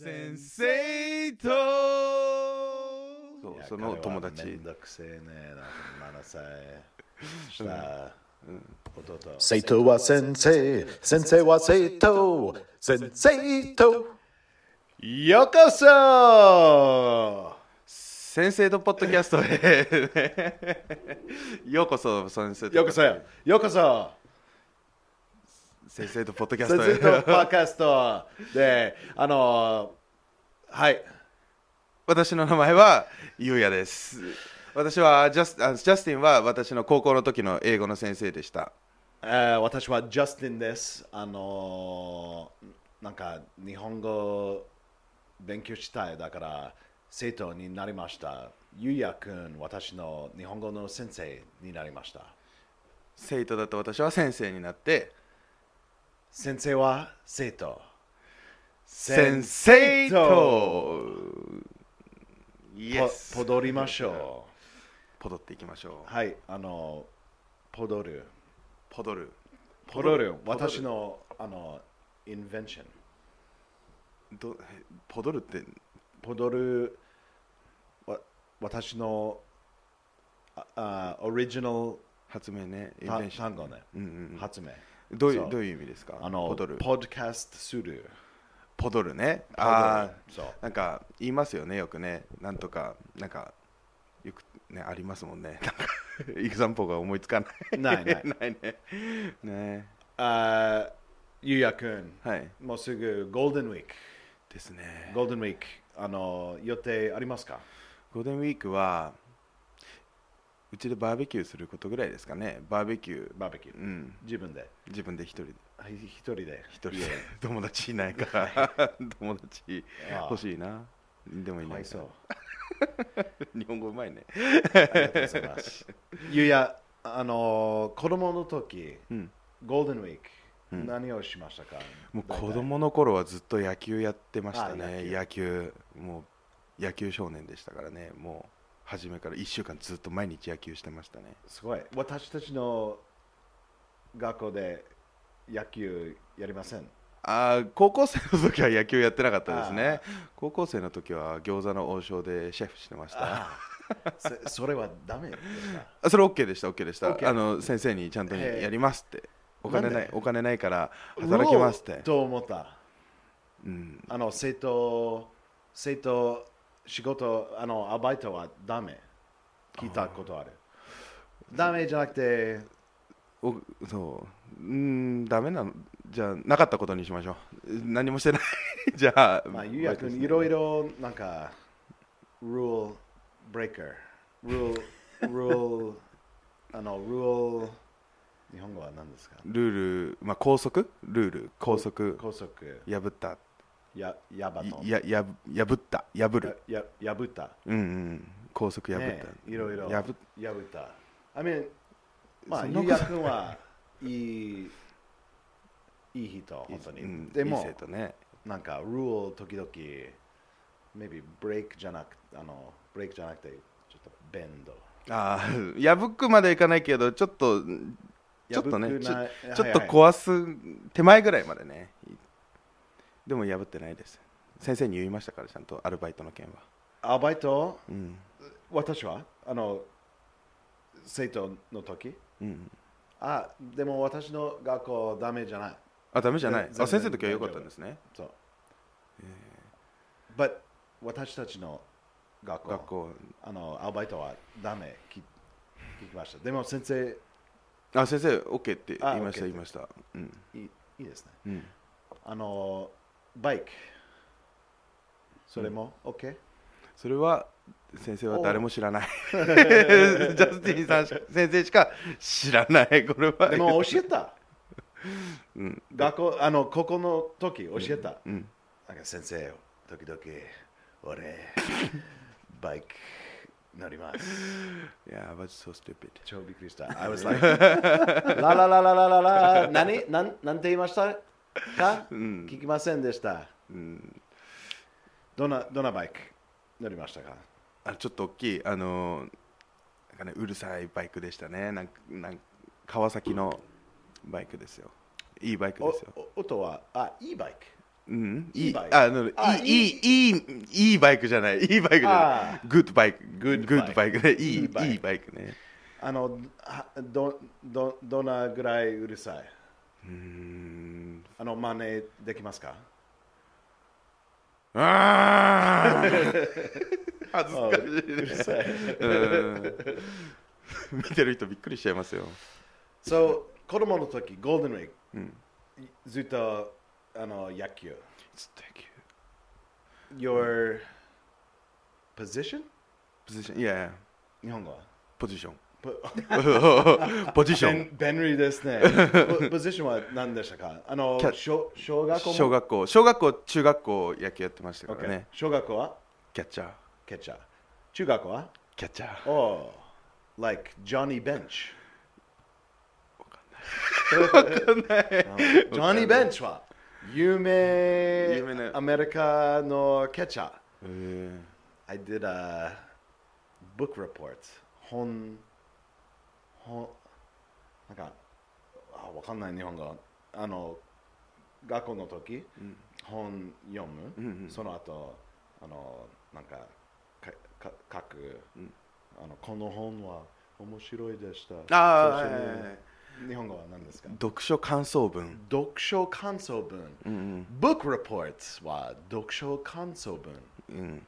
先生とそうその友達めんどくせえねえな、7歳。した、弟。生徒は先生、先生は生徒、先生と。ようこそ先生とポッドキャストへ ようこそ先生とようこそよようこそ先生とポッドキャス先ト生のへパーカストで、あの、はい。私の名前はゆうやです私はジャスあジャスティンは私の高校の時の英語の先生でしたえー私はジャスティンです。あのーなんか日本語勉強したいだから生徒になりました。ゆうやくん、私の日本語の先生になりました。生徒だと私は先生になって先生は生徒。先生とイエポスポドりましょポドっていきましょう。うはい、あの、ポドる。ポドルポドる、私の、あの、インベンション。どえポドルってポドルわ私のああオリジナル発明ねインたベンション単語ね、うんうんうん発明どういそううどういう意味ですかあのポドルポッドキャストするポドルねあポドルそうあなんか言いますよねよくねなんとかなんかよくねありますもんねなんか イグザンポが思いつか ないないないねねあゆうやくん、はいもうすぐゴールデンウィークですねゴールデンウィークあの予定ありますかゴールデンウィークはうちでバーベキューすることぐらいですかねバーベキューバーベキュー、うん自分で自分で一人ではい一人で一人で友達いないから 友達ああ欲しいなでもいかなわいいかそうら日本語うまいねありがとうございます ゆうやあの子供の時、うんゴールデンウィーク、うん何をしましたかもう大体子供の頃はずっと野球やってましたあね野球もう野球少年でしたからねもう初めから1週間ずっと毎日野球してましたねすごい私たちの学校で野球やりませんあー高校生の時は野球やってなかったですあね高校生の時は餃子の王将でシェフしてましたあ そそれはダメですか あそれ OK でした OK でした OK あの先生にちゃんとへえやりますってお金ななんいでお金ないから働きますっうおてーと思ったうんあの生徒生徒仕事あのアルバイトはダメ聞いたことあるダメじゃなくておそううーんダメなのじゃあなかったことにしましょう何もしてない じゃあまあゆうやくバイトしんないろいろなんか rule breaker rule rule あの rule 日本語は何ですかルール、まあ、拘束ルール拘束高速破ったややばといやや破った破やるややぶたうんうん拘束破ねっえたいろいろ破っやぶた I mean まあそんゆなうことやくんはいい いい人本当に、うんでもいい生徒ねなんか rule 時々 maybe break じゃなくあの break じゃなくてちょっと bend ああ破くまではいかないけどちょっとちょっと破ねくちょなちょはっいとはい壊す手前ぐらいまでねでも破ってないです先生に言いましたからちゃんとアルバイトの件はアルバイトうん私はあの生徒の時うんあでも私の学校ダメじゃないあダメじゃない全然あ先生の時は良かったんですねそう。But 私たちの学校学校あのアルバイトはダメ聞聞きました。でも先生あ先生 OK ってあ言いました OK 言いましたうんいいいいですね。うんあのバイクそれも OK? それは先生は誰も知ら ないジャスティンさんし先生しか知らないこれはでも教えた。 うん学校あの高校の時教えた。うんなんか先生時々 俺バイク乗ります。 Yeah, I was so stupid 超びっくりした。I was like, ラララララララ、何なんなんて言いましたか、ん聞きませんでした。うんどんなどんなバイク乗りましたかあちょっと大きいあのーなんかねうるさいバイクでしたねなんかなんか川崎のバイクですよいいバイクおですよお音は、あ、いいバイク。うん、いいいいバイクあのいあいいいいいいいバイクじゃないいいバイクじゃあないグッドバイクググッッドドババイイククねいいグッドバイクいいバイクねあのはどどどのぐらいうるさいうんあの真似できますかあー恥あずかしいねうるさい。うん見てる人びっくりしちゃいますよ。そう、子供の時、ゴールデンウィーク、うん。ずっとあの野球。 Thank you. Your position? Position. Yeah. 日本語は Position. ポ Position. 便便利で すね。ポポジションは何でしたかあのキャッ小小学校も小学校、小学校、中学校野球やってましたから Okay ね。小学校はキャッチャー。キャッチャー。中学校はキャッチャー。 Oh, like Johnny Bench. わかんない。Johnny Bench は有名有名なアメリカのキャッチャー。え I did a book report. 本、本、なんか、あわかんない日本語。あの、学校の時、本読む、うんうんその後、あの、なんか、かか書く、あの、この本は面白いでした。ー、あそうそうあ、日本語は何ですか読書感想文。読書感想文。book report は読書感想文。うん。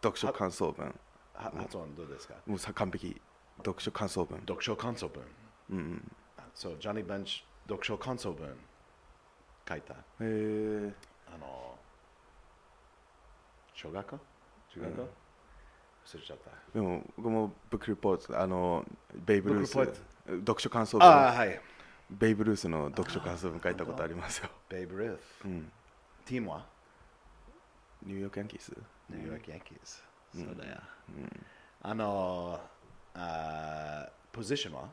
読書感想文。は発音どうですかもうさ完璧。読書感想文。読書感想文。うんそう、ジョニー・ベンチ、読書感想文書いた。うん。へえ。あの、小学校中学校、うん忘れちゃった。でも僕もブックリポート、あの、ベイブルース、ブックリ読書感想文。ああ、はい。ベイブ・ルースの読書感想文書いたことありますよ。ベイブ・ルーうス。ん、ティームはニューヨーク・ヤンキースニューヨーク・ヤンキーズ。そうだよ。あの、あポジションは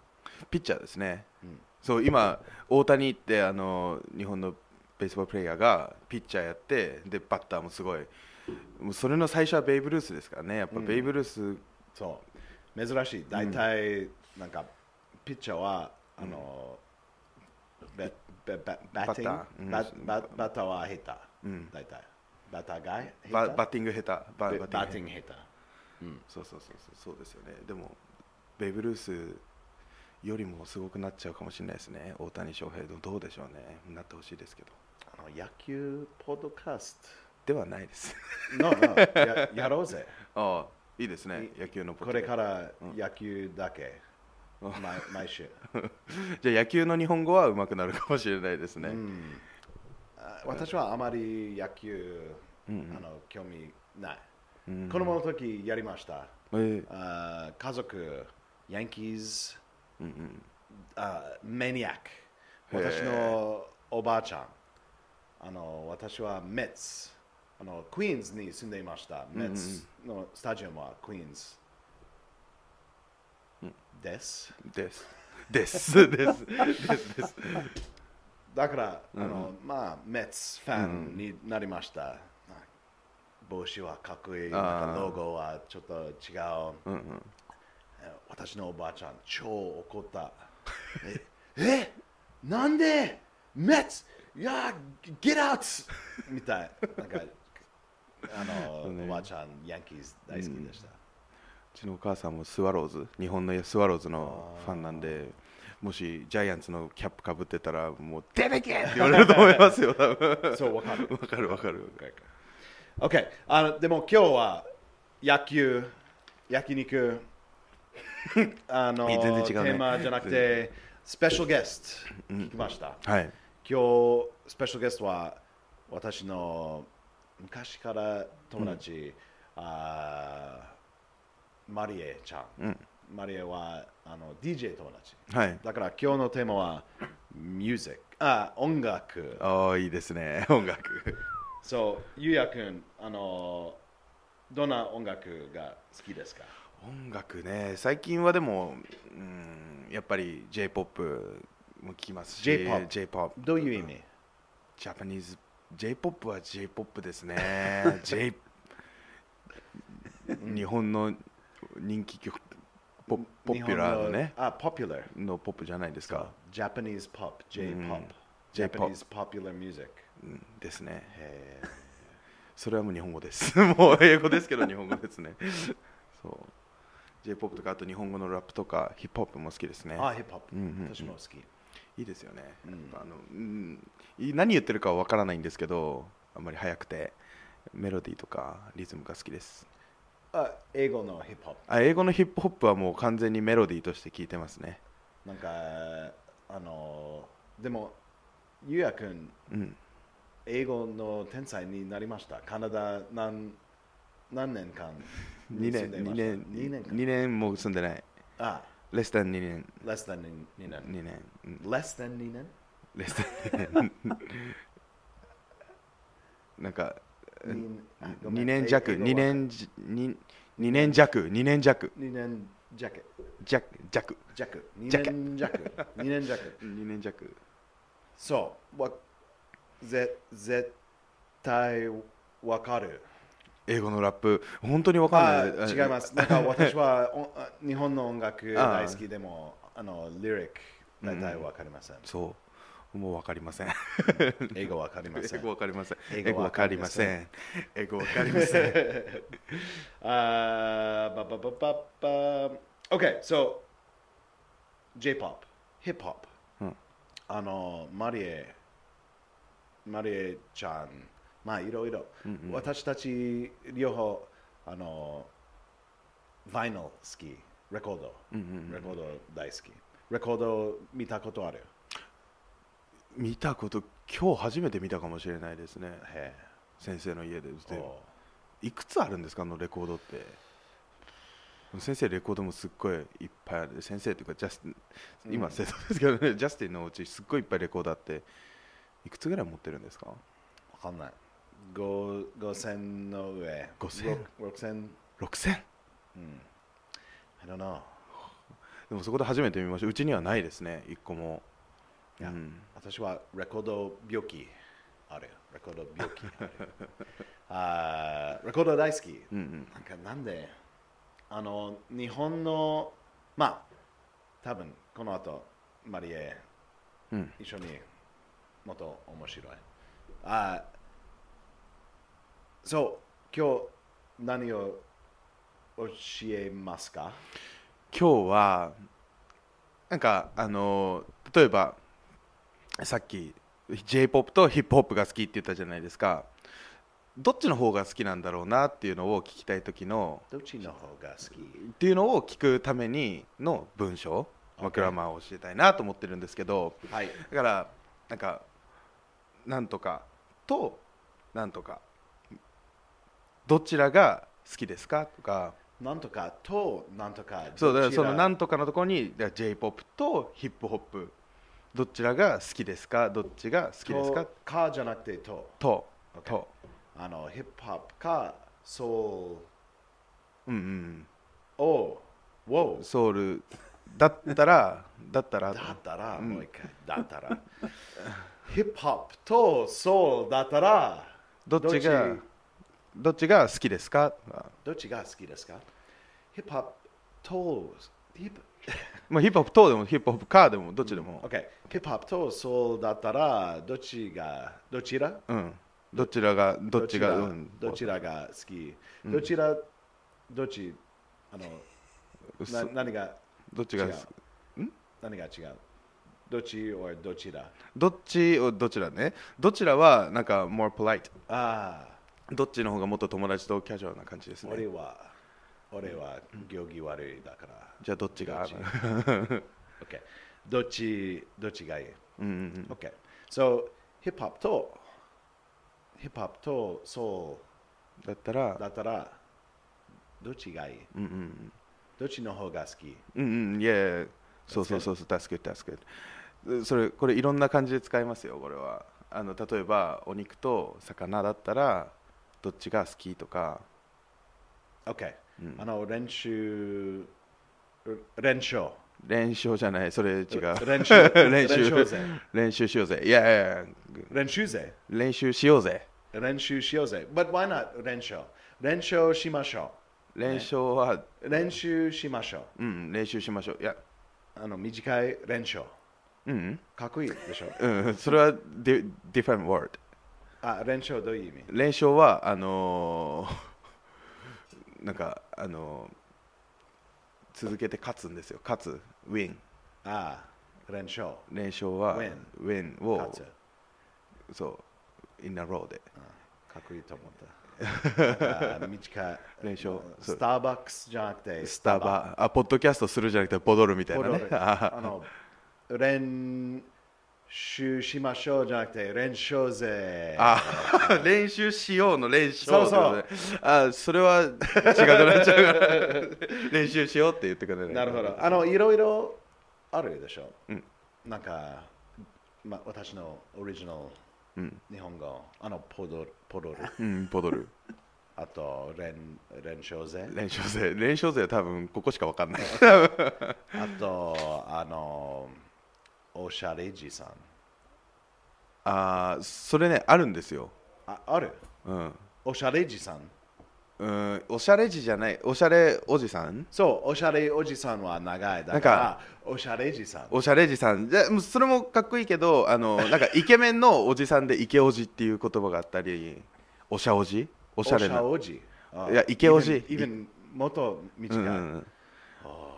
ピッチャーですね。んそう今、大谷ってあの日本のベースボールプレイヤーがピッチャーやってでバッターもすごいもうそれの最初はベイブ・ルースですからねやっぱベイブ・ルース、そう、珍しい。大体、なんか、ピッチャーは、あの、べべべバッティバッターうンんグバババッターは下手。ん大体。バッターが下手ババッティング下手バババッティンググ下手。そうそうそうそうそうですよねでもベイブ・ルースよりもすごくなっちゃうかもしれないですね大谷翔平どうでしょうねなってほしいですけどあの野球ポッドキャスではないですト。no, no, ややろうぜ。 ああいいですね野球のポッこドキャスれトから野球だけ、毎毎週。じゃあ野球の日本語は上手くなるかもしれないですね。あ私はあまり野球、あの興味ない。子供の時やりました。えーあ家族、ヤンキーズ、うんうん、あメニアック。へえ私のおばあちゃん。あの私はメッツ。あのクイーンズに住んでいました。メッツのスタジアムはクイーンズ。です。です。 です。です。です。です。だから、あのまあ、メッツファンになりました。帽子はかっこいい、あーなんかロゴはちょっと違う。うんうん、私のおばあちゃん超怒った ええなんでメッツいやゲッアウトみたいなんかあの、ねおばあちゃんヤンキーズ大好きでした、うちのお母さんもスワローズ、日本のスワローズのファンなんで、もしジャイアンツのキャップかぶってたら、もう出てけって言われると思いますよ、多分そうわかる わかるわかる。 OK あのでも今日は野球焼肉 あの、いい全然違うねテーマじゃなくてスペシャルゲスト聞きました、はい。今日スペシャルゲストは私の昔から友達、あーマリエちゃん、マリエはあの DJ 友達はい。だから今日のテーマはミュージックあ音楽ああ、いいですね、 音楽。そうゆうやくんあのどんな音楽が好きですか音楽ね、最近はでも、うん、やっぱり J-POP も聞きますし、 J-POP J-POP どういう意味ジャパニーズ J-POP は J-POP です ね。J 日本の人気曲ポポピュラーのね日本あポピュラーのポップじゃないですか。 Japanese pop J-pop、 J-pop Japanese popular music うんですねへーそれはもう日本語です もう英語ですけど日本語です ねそう J−POP とかあと日本語のラップとかヒップホップも好きですねあ、ヒップホップ、うんうんうん私も好き。いいですよね、うんやっぱあのうんい何言ってるかは分からないんですけどあんまり速くてメロディーとかリズムが好きですあ、英語のヒップホッあ英語のヒップホップはもう完全にメロディーとして聞いてますねプ。なんか、あの、でも、ゆうやくん、うん英語の天才になりました。カナダ何何年間2住年んでいま2した年二年間。 2年も住んでないあ、レスタン2年 less than 2年。 2年うん less than 2年レスタン2年 なんかにあごめん2年弱英語は2年じに二年弱2年弱二年弱弱弱弱二弱年弱二年弱2年弱そうわぜ絶対わかる英語のラップ本当に分かあんない違い ますなんか私はおあ日本の音楽あ大好きでもあのリリック大体わかりませんそうもう分かりません英語わかりま せ英ん語分かりません英英語語わ分かかりりまませせん英語分かりません あーばばばばば OK so J-POP Hip Hop うんあのマリエマリエちゃんまあいろいろ、私たち両方あのヴァイナル好きレコード、レコード大好きレコード見たことある 見たこと今日初めて見たかもしれないですねへ先生の家でえでいくつあるんですかあのレコードって先生レコードもすっごいいっぱいある先生というかジャスティン今生徒ですけどね、ジャスティンのお家すっごいいっぱいレコードあっていくつぐらい持ってるんですかわかんないご5000の上5000 6000 6000 I don't know でもそこで初めて見ましたうちにはないですね一個もいやうん私はレコード病気あるレコード病気ある あーレコード大好き、うんうんなんかなんであの日本のまあ多分この後マリエうん一緒にもっと面白いあーそう今日何を教えますか今日はなんかあのー例えばさっき j p o p とヒップホップが好きって言ったじゃないですかどっちの方が好きなんだろうなっていうのを聞きたい時のどっちの方が好き っていうのを聞くためにの文章、まあ Okay グラマーを教えたいなと思ってるんですけどはいだからなんかなんとかとなんとかどちらが好きですかとかなんとかとなんとかそうだからそのなんんとかのところに j p o p とヒップホップどちらが好きですかどっちが好きですかとかじゃなくてとと Okay とあのヒップホップかソうんウルををうんソウルだったら だったらだったら、うんもう一回だったら ヒップホップとソウルだったらどっちがどっちどっちが好きですかとかどっちが好きですかヒップホップとヒップ まあヒップホップとでもヒップホップかでもどっちでも OK ヒップホップとソウルだったらどっちがどちらうんどちらがどっちがどうんどちらが好き、どちらどっちあのなそ何がどっちが違う何が違うどっち or どちらどっちをどちらねどちらはなんか more polite ああ、どっちの方がもっと友達とキャジュアルな感じです俺ねは俺は行儀悪いだからじゃあどっちがどっち OK どっちどっちがいいうんうんうん OK so ヒップホップとヒップホップとソだったらウルだったらどっちがいいうんうんどっちの方が好きうんうんいやいやいやそうそうそうそう that's good that's good それこれいろんな感じで使いますよこれはあの例えばお肉と魚だったらどっちが好きとか OK、うんあの練習練習練習じゃないそれ違う練習 練習練習ぜ練習しようぜいやいやいや練習ぜ練習しようぜ練習しようぜ but why not 練習練習しましょ練習は、う練習しましょううん練習しましょういやあの短い練習うんかっこいいでしょうんそれは di- different word あ、連勝どういう意味連勝はあのー なんかあのー続けて勝つんですよ勝つウィンあ、連勝。連勝は Win ウィン勝をつ。そうインナーローでかっこいいと思った。なんか短い。連勝そうスターバックスじゃなくて、スタバあポッドキャストするじゃなくてポドルみたいなボねー ルあの練習しましょうじゃなくて練習ぜあ 練習しようの練習そうそうあそれは違くなっちゃうから練習しようって言ってくれないなるほどあのいろいろあるでしょ、なんか、ま、私のオリジナル日本語、あのポドルポ ドルうんポドルあと練練習ぜ練習生練習生は多分ここしか分かん ないあとあのおしゃれじさんあーそれねあるんですよああるうんおしゃれじさんうんおしゃれじじゃないおしゃれおじさんそうおしゃれおじさんは長いだなんからかおしゃれじさんおしゃれじさんじゃもうそれもかっこいいけどあの なんかイケメンのおじさんでイケおじっていう言葉があったりおしゃおじおおしゃれしゃなおじ。あいやイケオジ even- even もっと短うい。んうんうん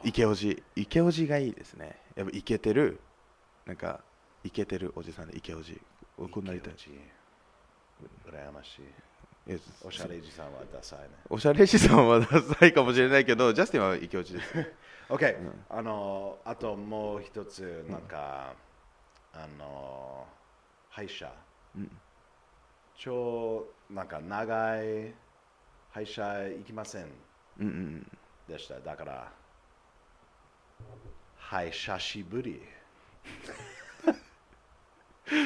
イケおじイケおじがいいですねやっぱイケてるなんかイケてるおじさんでイケおじこうなりたいイケオジ羨ましい。いやおしゃれじさんはダサいね。おしゃれじさんはダサいかもしれないけどジャスティンはイケおじです OK、あの、あともう一つ、なんか、あの、歯医者。超、なんか長い歯医者行きませうんんうんでした。だから、歯医者しぶ り。うん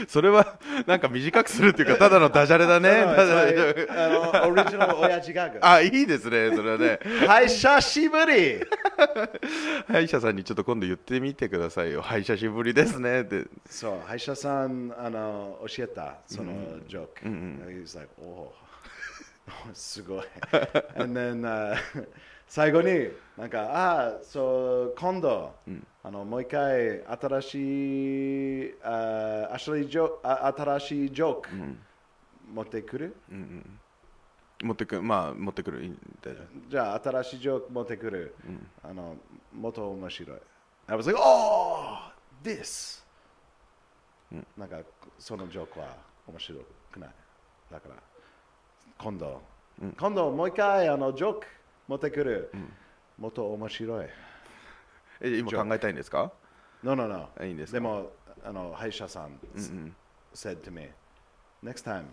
それはなんか短くするっていうかただのダジャレだ ねただのあのオリジナル親父ギャグ。 あいいですねそれはね歯医者しぶり歯医者さんにちょっと今度言ってみてくださいよ歯医者しぶりですねってそう、歯医者さんあの教えた、そのジョーク。He was like, oh, すごい。And then, あ最後に、なんか、ああ、そう、今度、あのもう一回、新しい、あ新しいジョあ新しいジョーク、持ってくる、持ってくまあ持ってくるいい大丈夫じゃあ、新しいジョーク持ってくる。あの、もっと面白い。I was like, oh, this! なんか、そのジョークは面白くない。だから、今度、今度もう一回、あの、ジョーク持ってくる。もっと面白い。え今考えたいんですか No, no, no. あいいんですかでも、あの、歯医者さん、said to me, next time,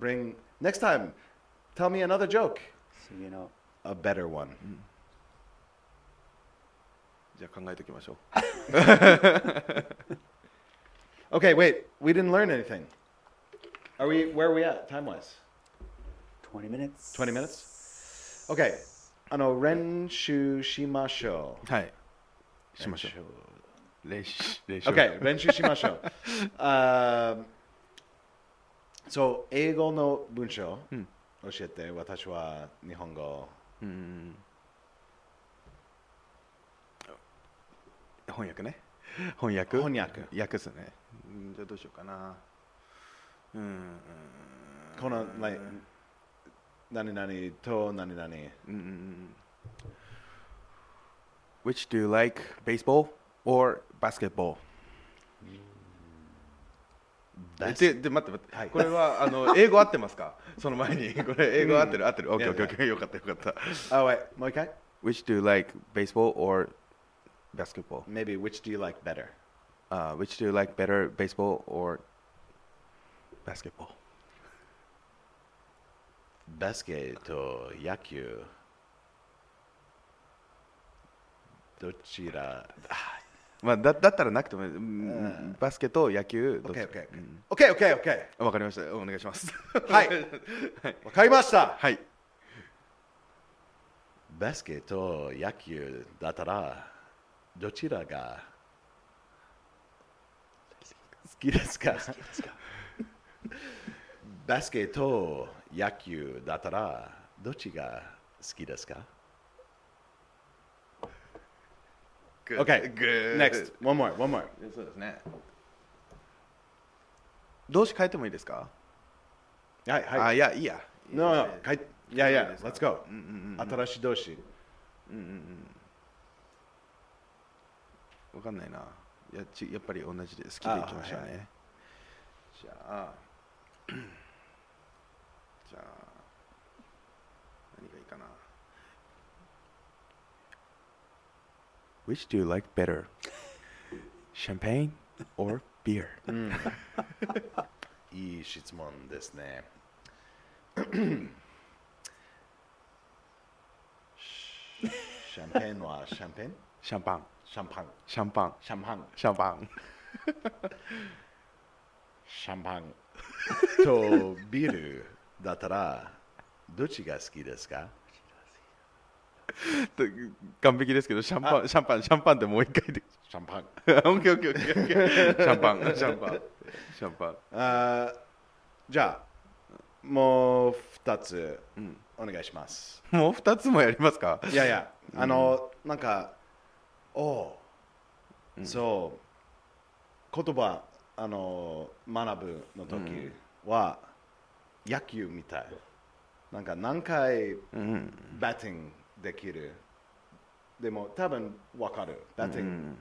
bring, next time, tell me another joke, So you know, a better one. じゃあ考えておきましょう Okay, wait. We didn't learn anything. Are we? Where are we at time wise? 20 minutes. Twenty minutes. Okay. あの練習しましょう。はいしましょう練習練習 Okay, Um, 練習しましょう。あーそう英語の文章教えて。私は日本語。翻訳ね翻訳翻訳訳っすねうんじゃあどうしようかなうんこの like 何々と何々。 Which do you like baseball or basketball? えでで待って待って、はいこれはあの英語合ってますかその前に これ英語合ってる、合ってる OKOKOK よかったよかった Oh wait, もう一回。 Which do you like baseball or basketball?、 Maybe which do you like better? Uh, which do you like better baseball or basketball? バスケと野球どちらまあだだったらなくてもいいうんバスケと野球どっちか OKOKOKOKOK うんわ、かりましたお願いしますはいわかりました はいバスケと野球だったらどちらが好きですかバスケと野球だったらどっちが好きですか Good. OK Next One more One more そうですね動詞変えてもいいですかはいはい。あいやいいや No, no. かいいやいや、let's go. うん新しい同士。わかんないな。やちやっぱり同じで好きでいきましたね。あはいはじゃあ、 じゃあ、何がいいかな。Which do you like better? Champagne or beer? いい質問ですね。シャンペンはシャンペンシャンパン、シャンパン。シャンパン、シャンパン。シャンパン。シャンパンとビールだったらどっちが好きですかと完璧ですけど、シャンパン、シャンパン、シャンパンってもう一回で。シャンパ オン。ッケーオッケーオッケーオッケー。シャンパ ン、シャンパン、シャンパン。あーじゃあもう2つお願いします。もう二つもやりますかいやいや、あの、なんか、おう、そう、言葉、あの、学ぶの時は、野球みたい。なんか何回うんバッティングできる。でも多分わかる。バッティング、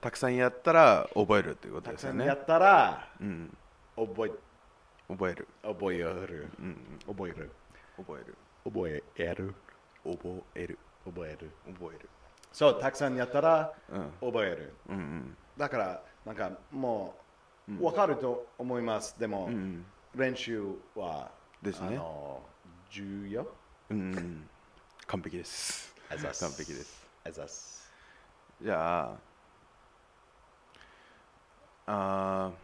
たくさんやったら覚えるっていうことたでくすさよんねやったら、うん覚覚えるえ、覚える。覚える。覚える覚覚える。える覚える。覚えるそう、たくさんやったら、うん覚える。うんうんだからなんかもう分かると思います、でも、ん練習はですねあの重要うんうん完璧ですあざす完璧ですあざすじゃああ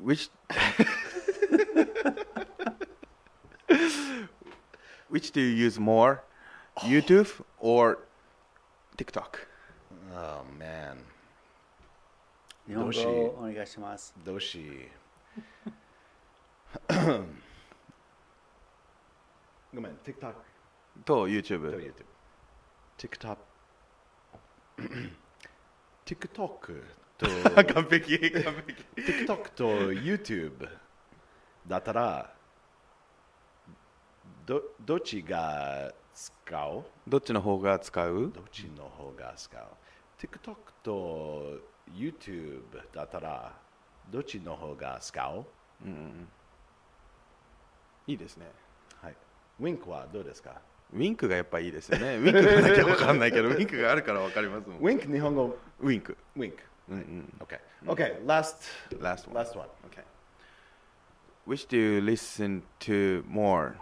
ー which which do you use more YouTube or TikTok Oh man 日本どうし語をお願いします。どうしごめん TikTok と YouTube と YouTube TikTok TikTok と 完璧完璧 TikTok と YouTube だったらどどっちが使うどっちの方が使うどっちの方が使う ?TikTok と YouTube だったらどっちの方が使ういいですねはい。Wink はどうですかウィンクがやっぱいいですよねウィンクがなきゃ分かんないけどウィンクがあるから分かりますもんウ ?Wink 日本語ィンク Wink。うんうん OK。OK。Last Last one last one. Okay Which do you listen to more?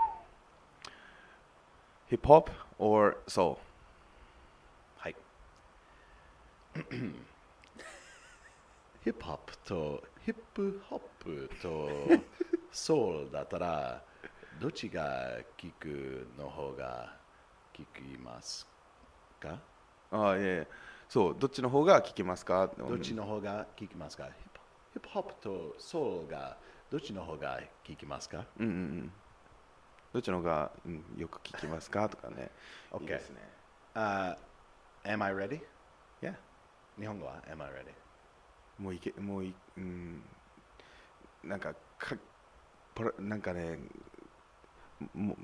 Hip hop or soul? はい。ヒップホップとヒップホップとソウルだったらどっちが聞くの方が聞きますかああいえいえそうどっちの方が聞きますかどっちの方が聞きますかヒップヒップホップとソウルがどっちの方が聞きますかうんうんうんどっちの方が、うん、よく聞きますかとかね Okay いいですねあ、Am I ready? Yeah 日本語は Am I ready? もういけもういうんなんかかポラなんかねもう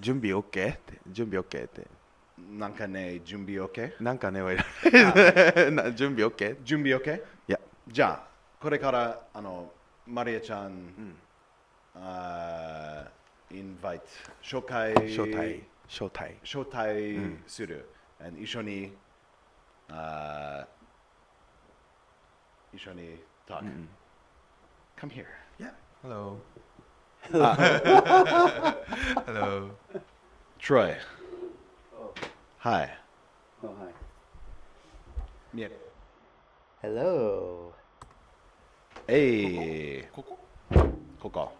準備 OK って準備 OK ってなんかね、準備 OK? なんかねはいらない な準備 OK い準備 OK? やじゃあこれからあのマリアちゃん、あーインバイト紹介招待招待招待する、and 一緒にあー一緒に talk、come here Yeah Hello Hello Troy hi おはい yeah Hello. えいここここ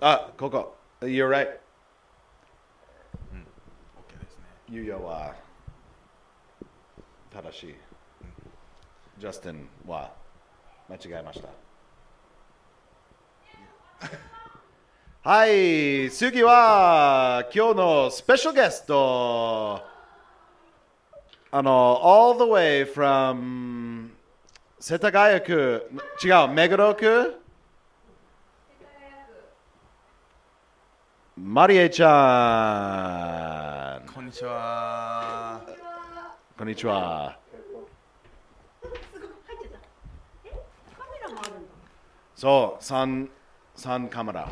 あここ you're right ゆうやは正しい。ジャスティンは間違えました。はい、次は今日のスペシャルゲスト。あの、all the way from 世田谷区、違う、目黒区マリエちゃんこんにちはこんにちはすごい入ってた。え、カメラもあるんだ。そう3三カメラ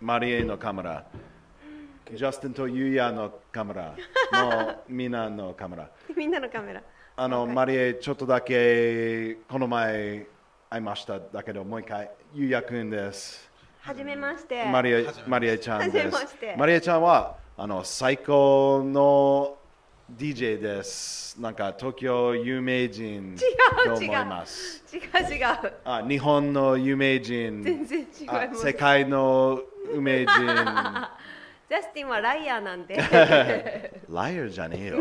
マリエのカメラジャスティンとユイヤのカメラもうみんなのカメラみんなのカメラ。あの、マリエ、ちょっとだけ、この前、会いましただけど、もう一回、ゆうやくんです。はじめまして。マリエ、マリエちゃんではじめますして。マリエちゃんは、あの、最高の DJ です。なんか、東京有名人と思います。違う違う。あ、日本の有名人。全然違いあます。世界の有名人。ジャスティンはライアーなんで。はライアーじゃねえよ。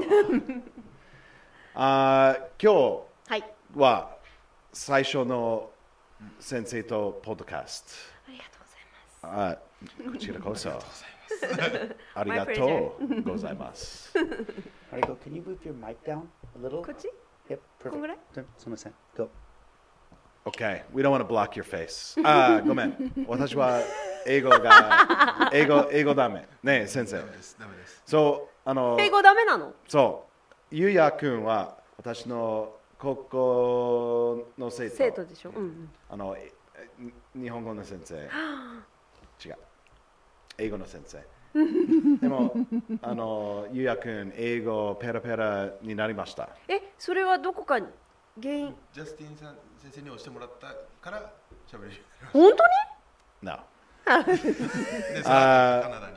あ今日、い。は最初の先生とポッドキャスありがとうございます。ト。あこちらこそ。ありがとうございます。 Mariko, can you move your mic down a little? こっち Yep, perfect. こんぐらい？すみません。Go. okay, we don't want to block your face. あごめん。私は英語が、英語、英語ダメ。ねえ、先生。ダメですそう、あの、英語ダメなのそう、ゆうやくんは私の高校の生徒。生徒でしょ。うんうん。あのええ日本語の先生違う英語の先 生でもあのゆうやくん英語ペラペラになりましたえ、それはどこかに原因。ジャスティンさん先生に押してもらったから喋れるよ本当に No うにであーカナダに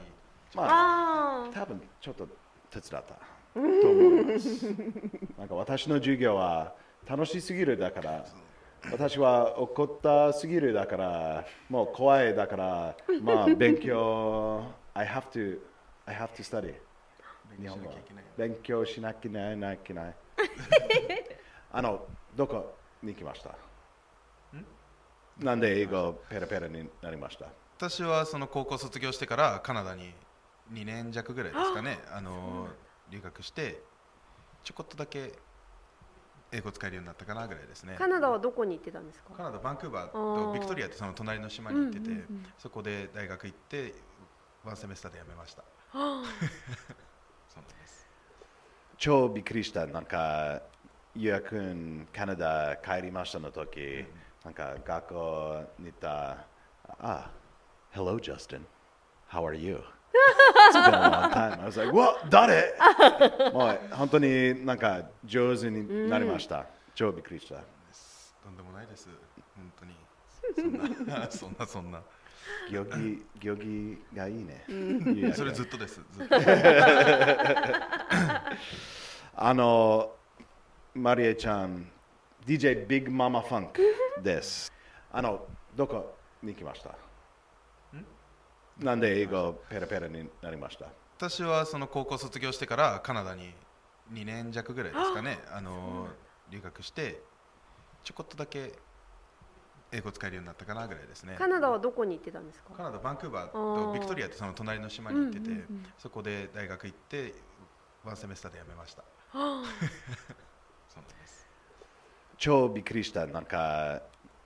まあああ。多分ちょっと手伝ったと思いますなんか私の授業は楽しすぎるだから私は怒ったすぎるだからもう怖いだからまあ勉強 I have to I have to study 勉強しなきゃいけない勉強しなきゃいけないけないあのどこに来ましたなんで英語ペラペラになりました私はその高校卒業してからカナダに2年弱ぐらいですかねあの留学してちょこっとだけ英語使えるようになったかなぐらいですねカナダはどこに行ってたんですカか。ナダバンクーバーあとービクトリアってその隣の島に行ってて、そこで大学行ってワンセメスターで辞めました そうなんです超びっくりしたなんかゆうやくんカナダ帰りましたの時、なんか学校にいたあ Hello Justin how are you It's been a long time I was like what 誰もう本当になんか上手になりました、超びっくりしたとんでもないです本当にそんな そんなそんな行儀行儀がいいね。それずっとですずっとあのマリエちゃん、DJ ビッグママファンクです。あのどこに来ました？なんで英語ペラペラになりました？私はその高校卒業してからカナダに2年弱ぐらいですかねあの留学してちょこっとだけ英語使えるようになったかなぐらいですねカナダはどこに行ってたんですカか。ナダバンクーバあーとービクトリアってその隣の島に行ってて、そこで大学行ってワンセメスターで辞めました そうなんです超びっくりしたなんか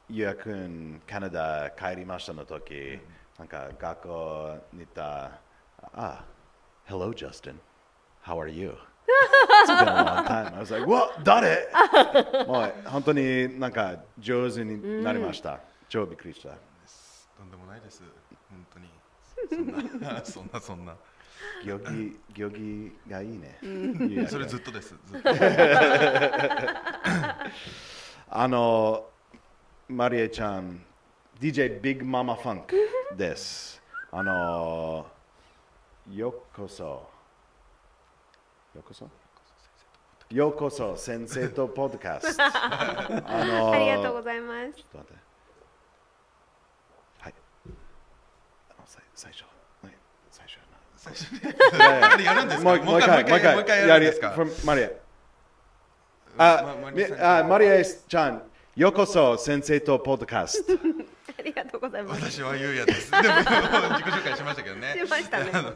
ゆうやくんカナダ帰りましたの時、なんか学校にいたあ Hello Justin how are you It's been a long time I was like what 誰もう本当になんか上手になりました、超びっくりしたとんでもないです本当にそんな そんなそんな行儀行儀がいいね ゆうやくんそれずっとですずっとあのマリエちゃん DJ ビッグママファンクですあのようこそようこそようこそ先生とポッドキャストあのありがとうございます。ちょっと待って。はい。あ最最初。はい最初やな。最初にやるんですかもう一回、もう一回、もう一回やるんですかやり from マリエ。あま、み森さんあマリエちゃん、ようこそ先生とポッドキャスト。ありがとうございます。私はゆうやです。でも自己紹介しましたけどね。しましたねあの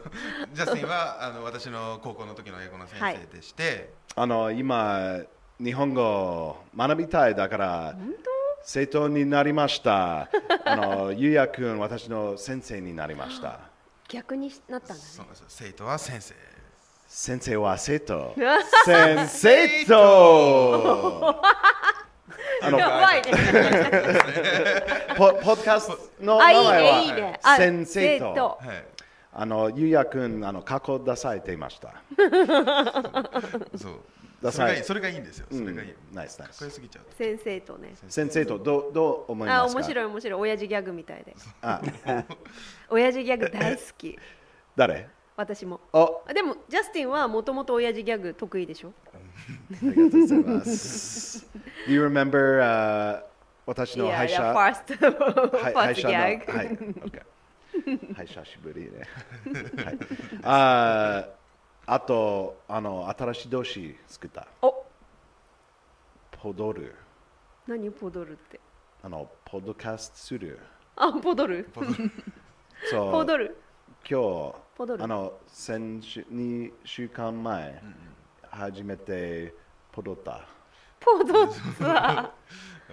ジャスティンはあの私の高校の時の英語の先はい生でして、あの、今、日本語を学びたいだから、生徒になりました。あの、ゆうやくん、私の先生になりました。逆になったんだそうそう生徒は先生先生は生 徒。先生と。ね。やばいね。ポポッドキャストのあ、い名い前はね、いいね。あ先生生と徒。はいあのゆうやくんあの過去出されていました。そうダそれがサいいいそれがいいんですよそれがいい、うんナイスナイかスっこよすぎちゃう先生とね。先生とどうどう思いあ、ますか。面白い面白い。親父ギャグみたいで。あ親父ギャグ大好き。 誰？私も。おあでも、ジャスティンはもともと親父ギャグ得意でしょありがとうございます。Do you remember、uh, 私の 歯医者？ファースト、フ ァはーいストギャグ。はい、OK はい、久しぶりね。はい、あーあと、あの、新しい動詞作った。おポドル。何ポドルって。あの、ポッドキャストする。あ、ポドル。そうポドル。今ポドル日、あの、先週、2週間前、初めてポドタ。ポドルさ。は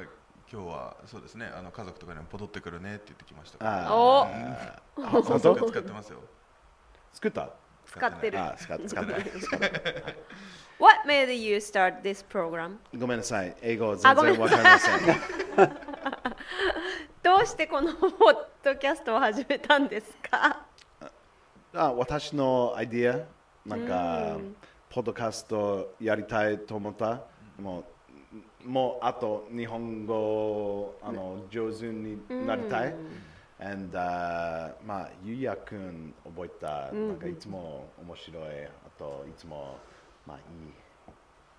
い今日はそうですねあの家族とかにも戻ってくるねって言ってきましたから あおーあ本早速当使ってますよ作った使ってる。あー使っ使った。 What made you start this program? ごめんなさい、英語あ全ごめん然わかりません。どうしてこのポッドキャストを始めたんですか あ私のアイディアなんか、ポッドキャストやりたいと思ったもうもうあと日本語あの上手になりたい、and あーまあゆうやくん覚えた、なんかいつも面白いあといつもまあ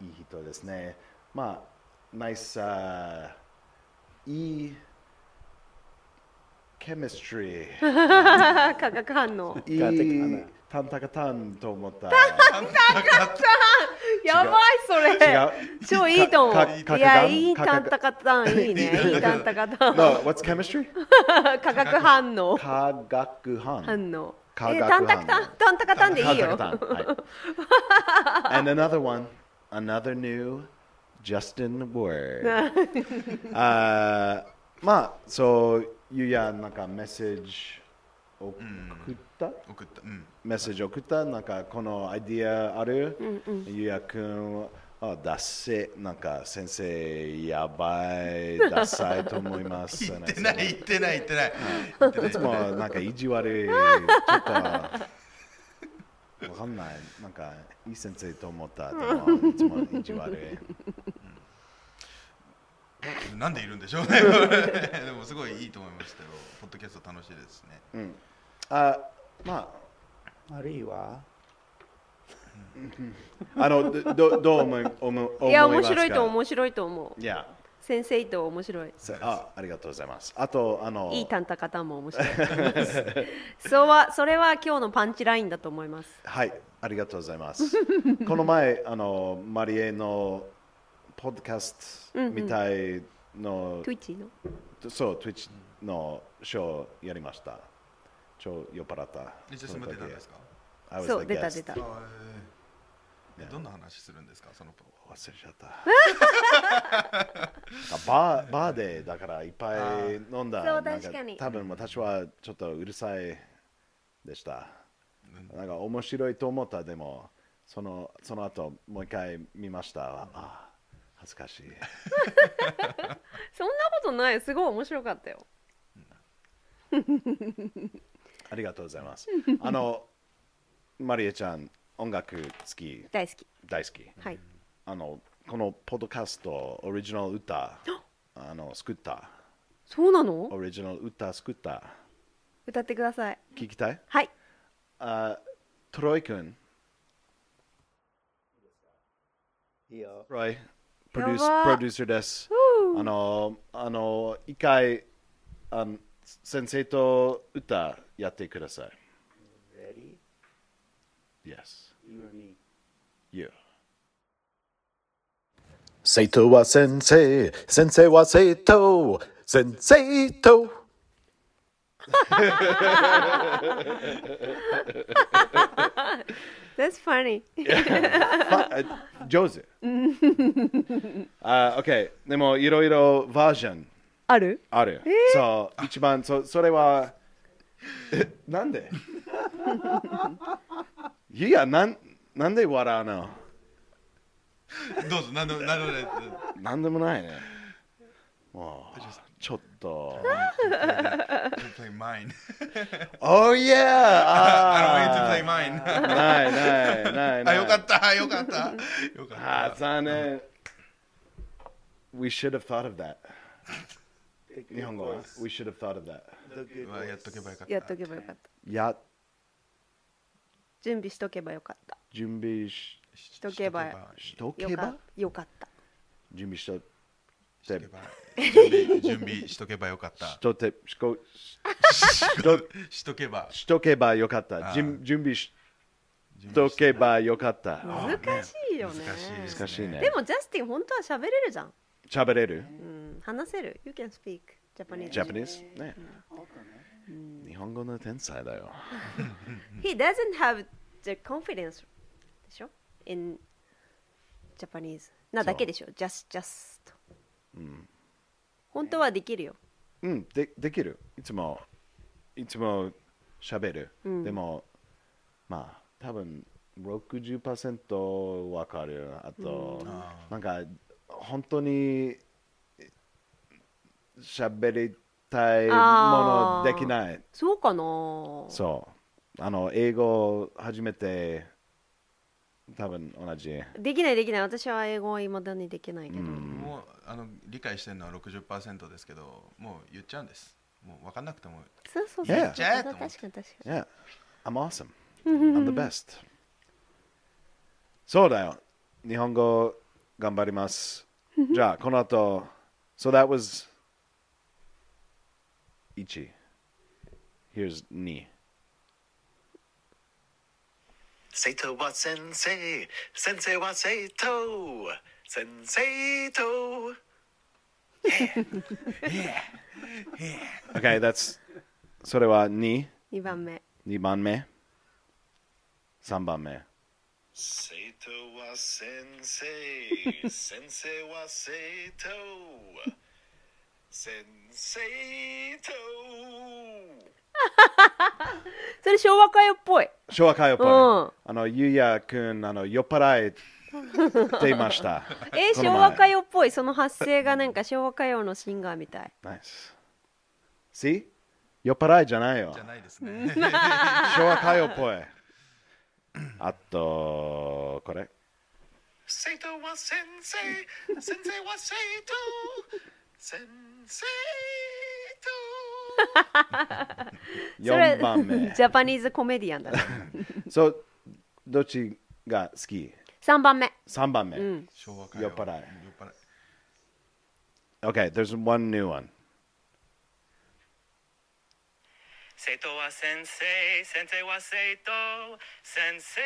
いいいい人ですねまあナイスあーいい chemistry あ化学反応。いガテカいナタンタカタンと思 った。やばいそれ。違う超いいと思かかかう。いや、かいいタンタカタン、 いいね。いいタンタカタン。 No, what's chemistry? 化学反応。化学反反応。化え学ー、反応タンタカタン、タンタカタンでいいよ。タンタカタンは い And another one, another new Justin word. あーまあ、そう、ゆうやなんかメッセージ送った送ったうんメッセージ送ったなんかこのアイディアある、ゆうやくんはあダッセなんか先生やばいダサいと思います 言ってない言ってない言ってない言ってないいつもなんか意地悪いちょっとわかんないなんかいい先生と思ったでもいつも意地悪い なんでいるんでしょうねでもすごいいいと思いましたよポッドキャスト楽しいですねあまあるいはああのどどどう思い思う思いいまや、すか面白いと面白いと思う。いや先生と面白い。せあありがとうございますあとあのいいタンタカタンも面白い。 そうは、それは今日のパンチラインだと思います。はい、ありがとうございます。 この前、あのマリエのポッドキャストみたいの、トゥイッチの。そう、Twitch のショーやりました。超酔っ払った。一緒に出たんですか I was そう、 the 出た guest 出た。えどんな話するんですかその忘れちゃった。 あバーバーでだからいっぱい飲んだ。そうなん確かに多分私はちょっとうるさいでした。なんか面白いと思ったでもそのその後もう一回見ました。ああ恥ずかしい。そんなことない。すごい面白かったよ。ありがとうございます。あのマリエちゃん音楽好き大好き。大好き。はい。あのこのポッドキャストオリジナル歌あの作ったそうなのオリジナル歌作った歌ってください。聞きたい？はい。あトロイ君、いいよトロイ、プロデューやばスプロデューサーです。あの、あの、一回、あの先生と歌やってくださ Ready? い。Yes, You or me? you. 生徒は先生、先生は生徒、先生と。 That's funny. まあ上手。あ、OK。でも、いろいろバージョンあるある。そう、一番、そそれは、なんでいや、なんなんで笑うのどうぞ、なんでも、なんでもないですなんでもな いね。もう、ちょっと。 To play mine. Oh yeah! I don't want あ you to play ー mine. ないないないなあ、い。よかった、よかった。よかった。あー残念。We should have thought of that. 日本語は。We should have thought of that. まあやっとけばよかった。やっとけばよかった。や、準備しとけばよかった。準備ししとけばしとよけかばよかった。準備しとしとてけ。ば準備準備しとけばよかっ。したとて、しこしとしとけば。しとけばよかっあた。ーじん準備し準と備しけばよかった。難しいよね。難しいですね難しいね。でもジャスティン本当は喋れるじゃん。喋れるうん、話せる。You can speak Japanese. Japanese? ね。日本語の天才だよ。 He doesn't have the confidence でしょ in Japanese なだけでしょ just just、本当はできるようん、でできる。いつも、いつも喋る。でも、まあ、多分60%わかる。あと、なんか、本当に喋りたいものあーできない。そうかなそう。あの、英語初めて、多分同じ。できないできない私は英語はいまだにできないけど、もうあの理解してるのは60%ですけど、もう言っちゃうんです。もう分かんなくても。そうそうそう、 Yeah. そう確かに確かに Yeah, I'm awesome. I'm the best. そうだよ。日本語頑張ります。じゃあ、この後。So that was 1. Here's 2. 生徒は先生先生は生徒先生と Okay, that's それは2、 2番目2番目、3番目。生徒は先生先生は生徒先生とそれ昭和歌謡っぽい昭和歌謡っぽい。うんあの、ゆうやくん、あの、酔っ払いていました。 えこ昭の前和歌謡っぽいその発声がなんか昭和歌謡のシンガーみたい Nice. See? 酔っ払いじゃないよじゃ。ないですね。 昭和歌謡っ ぽい。あと、これ。生徒は先生先生は生徒先生と それ4番目 ジ。ャパニーズコメディアンだ ねそう、どっちが好き3番目 ?3 番目。昭和歌謡酔っ払い酔っ払い。 Okay, there's one new one. 生徒は先生先生は生徒先生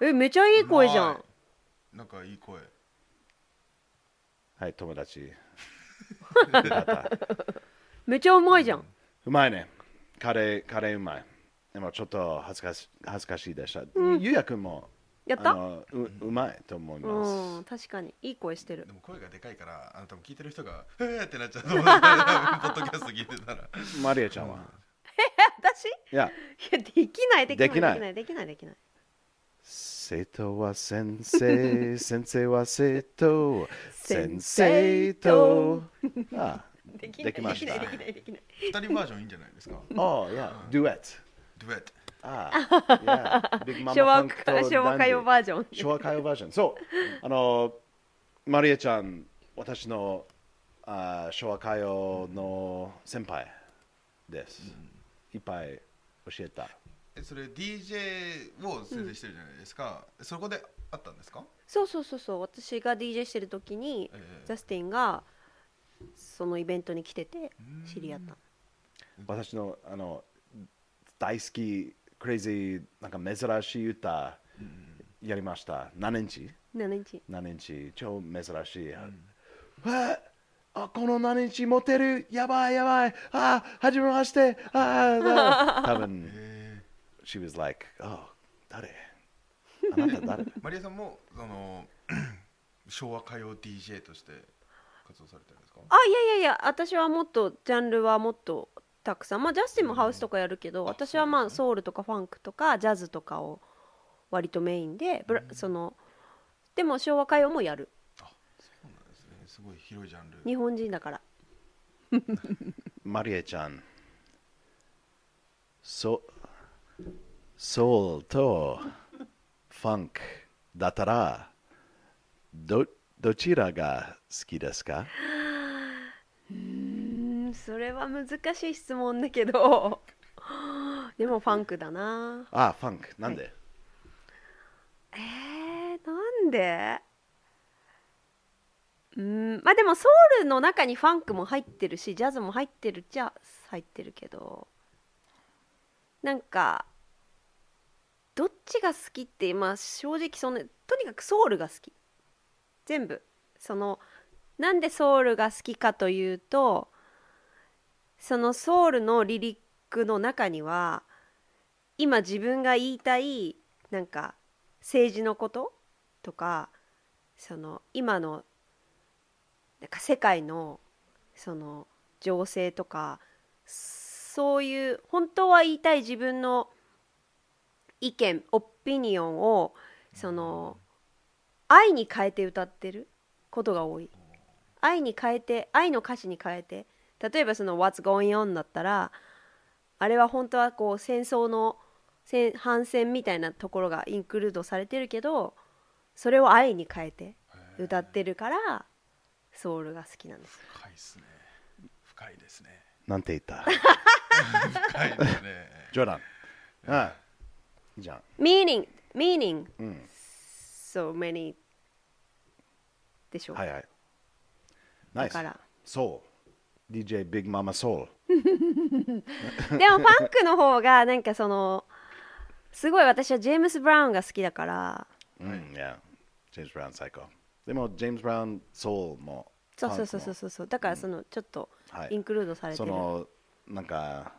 とえめちゃいい声じゃはんい。なんかいい声。はい、友達。めちゃうまいじゃんうまいね。カレー、カレーうまい。でもちょっと恥ずかし恥ずかしいでした。ゆうやくんもやっあたのううまいと思います。うん確かにいい声してるでも声がでかいから、あの多分聞いてる人が、えーってなっちゃうと思う。ポッドキャスト聞いてた ら。マリアちゃんは。 私 いや、いやできないできないできなできないできないできない生徒は先 生、先生は生徒、先先生生とと。あできできました。できないできない二人バージョンいいんじゃないですか。あ、いや、デュエット。デュエット。 ああ、いや、ビッグマ昭マ和ファンクとダンディ昭和歌謡バージョン昭和歌謡バージョン。そう、あの、マリアちゃん、私のあ昭和歌謡の先輩です。いっぱい教えた。えそれ DJ を先生してるじゃないですか、そこであったんですかそうそうそうそう私が DJ してる時にええジャスティンがそのイベントに来てて知り合った私のあの大好き、クレイジー、なんか珍しい歌やりました。何日何日何日超珍しい。わああこの何日モテるやばいやばいあはじめましてああ多分 She was like, oh, 誰あなた誰 マリアさんもその 昭和歌謡 DJ として活動されてるんですかあいやいやいや私はもっとジャンルはもっとたくさんまあジャスティンもハウスとかやるけど私はまあソウルとかファンクとかジャズとかを割とメインでブラそのでも昭和歌謡もやるすごい広いジャンル。日本人だからマリエちゃん、ソソウルとファンクだったら、どどちらが好きですかうんそれは難しい質問だけど でもファンクだなあ、ファンク、なんで、えー、なんでうんまあでもソウルの中にファンクも入ってるしジャズも入ってるっちゃ入ってるけどなんかどっちが好きってまあ正直そのとにかくソウルが好き全部そのなんでソウルが好きかというとそのソウルのリリックの中には今自分が言いたいなんか政治のこととかその今のなんか世界のその情勢とかそういう本当は言いたい自分の意見オピニオンをその愛に変えて歌ってることが多い愛に変えて愛の歌詞に変えて例えばその「What's Going On」だったらあれは本当はこう戦争の戦反戦みたいなところがインクルードされてるけどそれを愛に変えて歌ってるからソウルが好きなんです深いですね。深いですね。なんて言った深いですね。冗談。あいいじゃん。 meaning meaning うん so many でしょ、はいはい。ナだイスか。らソウル。DJ ビッグママソウでもファンクの方がなんかそのすごい私はジェームス・ブラウンが好きだからル。うん、いや。ジェームズ・ブラウン最高。でも、ジェームズ・ブラウン、ソウルも。そうそうそうファンクそもうそうそうだからそのちょっとはいインクルードされてそる、のなんか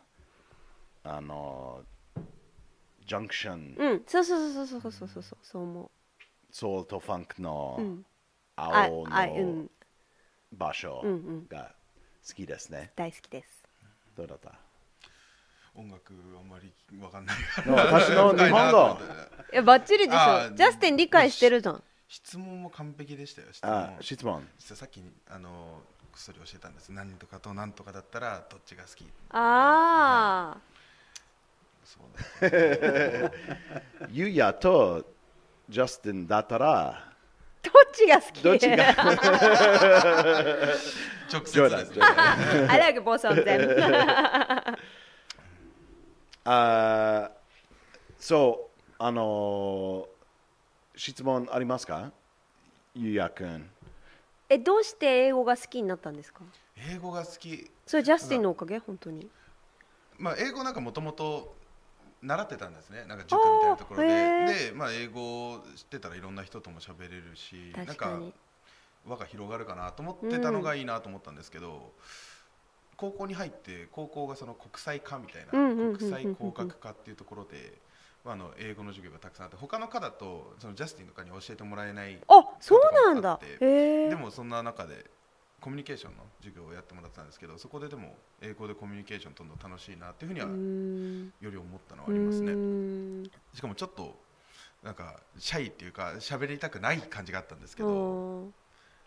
あのジャンクションうんそうそうそうそうそうそうそうそうそう思ソウルとファンクのんうあ青あうのん場所うんうんが好きですね。大好きですどうだった音楽あんまりわかんないから。私の日本語いやバッチリでしあょージャスティン理解してるじゃん質問も完璧でしたよ。質あ問。質問実はさっきあの薬教えたんです。何とかと何とかだったらどっちが好き。ああ そうですユヤとジャスティンだったらどっちが好きどっちが直接冗談です冗談 I like both of them あそうあの質問ありますかユヤ君えどうして英語が好きになったんですか英語が好き。それジャスティンのおかげ本当にまあ、英語なんかもともと習ってたんですねなんか塾みたいなところあでーへで、まあ、英語を知ってたらいろんな人とも喋れるしなん確かかに輪が広がるかなと思ってたのがいいなと思ったんですけど、高校に入って高校がその国際科みたいなうんうんうんうん国際工学科っていうところで、まあ、あの英語の授業がたくさんあって他の科だとそのジャスティンとかに教えてもらえないあそうなんだちょっとこへえでもそんな中でコミュニケーションの授業をやってもらってたんですけどそこででも英語でコミュニケーションとんどん楽しいなっていうふうにはうーんより思ったのはありますうねーんしかもちょっとなんかシャイっていうか喋りたくない感じがあったんですけどおー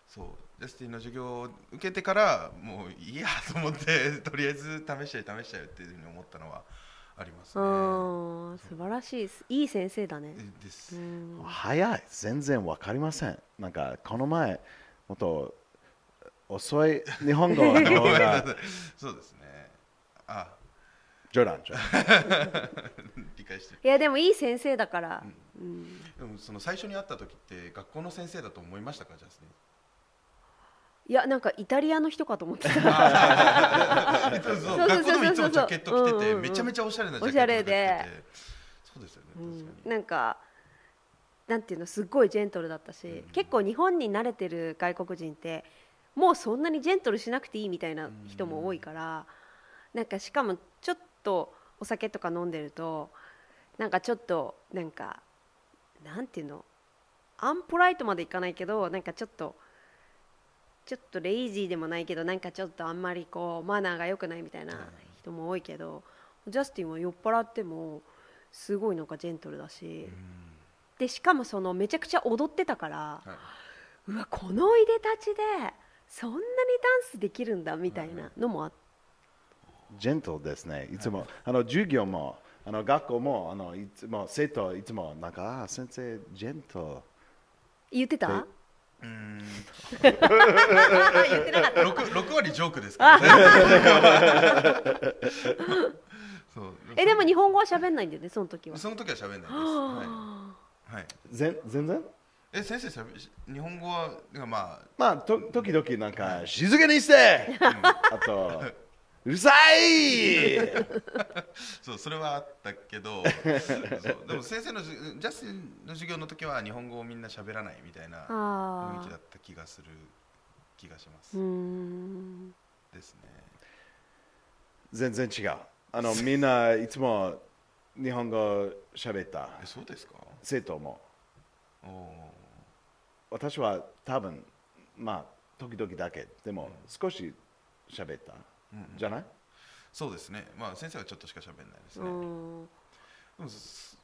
そうジャスティンの授業を受けてからもういいやと思って とりあえず試しちゃえ試しちゃえっていうふうに思ったのはありますあねー素晴らしいですいい先生だねえでうすん早い全然わかりませんなんかこの前もっと遅い日本語の方ごめんながさいそうですねあ冗談冗談理解してるいやでもいい先生だからうんでもその最初に会った時って学校の先生だと思いましたかジャスティンいやなんかイタリアの人かと思ってたそうそう そうそう学校でもいつもジャケット着てうんてうんうんめちゃめちゃおしゃれなジャケットおしゃれで着ててそうですよね確かになんかなんていうのすっごいジェントルだったし、結構日本に慣れてる外国人ってもうそんなにジェントルしなくていいみたいな人も多いから、なんかしかもちょっとお酒とか飲んでるとなんかちょっとなんかなんていうのアンポライトまでいかないけどなんかちょっとちょっとレイジーでもないけどなんかちょっとあんまりこうマナーが良くないみたいな人も多いけどジャスティンは酔っ払ってもすごいなんかジェントルだし、でしかもそのめちゃくちゃ踊ってたから、はいうわこのいでたちでそんなにダンスできるんだみたいなのもあっジェントルですね。いつも、あの授業も、あの学校も、あのいつも生徒いつもなんか、あー先生、ジェント言ってた、はい言ってなかった六六割ジョークです からね。そうえでも日本語は喋んないんだよねその時は。その時は喋んないです。はあい。はい、ル。全全然え先生しゃべし日本語はてかままあ、と時々なんか、静かにしてあと、うるさいあそうそれはあったけ ど、そうでも先生のじジャスティンの授業の時は日本語をみんな喋らないみたいなあ雰囲気だーった気がする気がします。うーんですね。全然違う。あの、みんないつも日本語喋ったえそうですか。生徒も。おお私は多分、まあ、時々だけ、でも少し喋った、じゃないそうですね。まあ先生はちょっとしか喋んないですうね。ーんでもす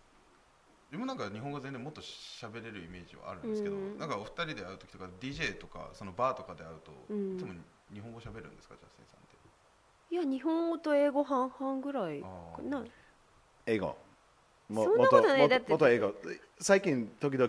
でもなんか日本語全然もっと喋れるイメージはあるんですけど、うんなんかお二人で会う時とか DJ とかそのバーとかで会うと、うんいつも日本語喋るんですかジャスティンさんっていや日本語と英語半々ぐらいかあーな英語。そんなことないもだってもっと英語。最近、時々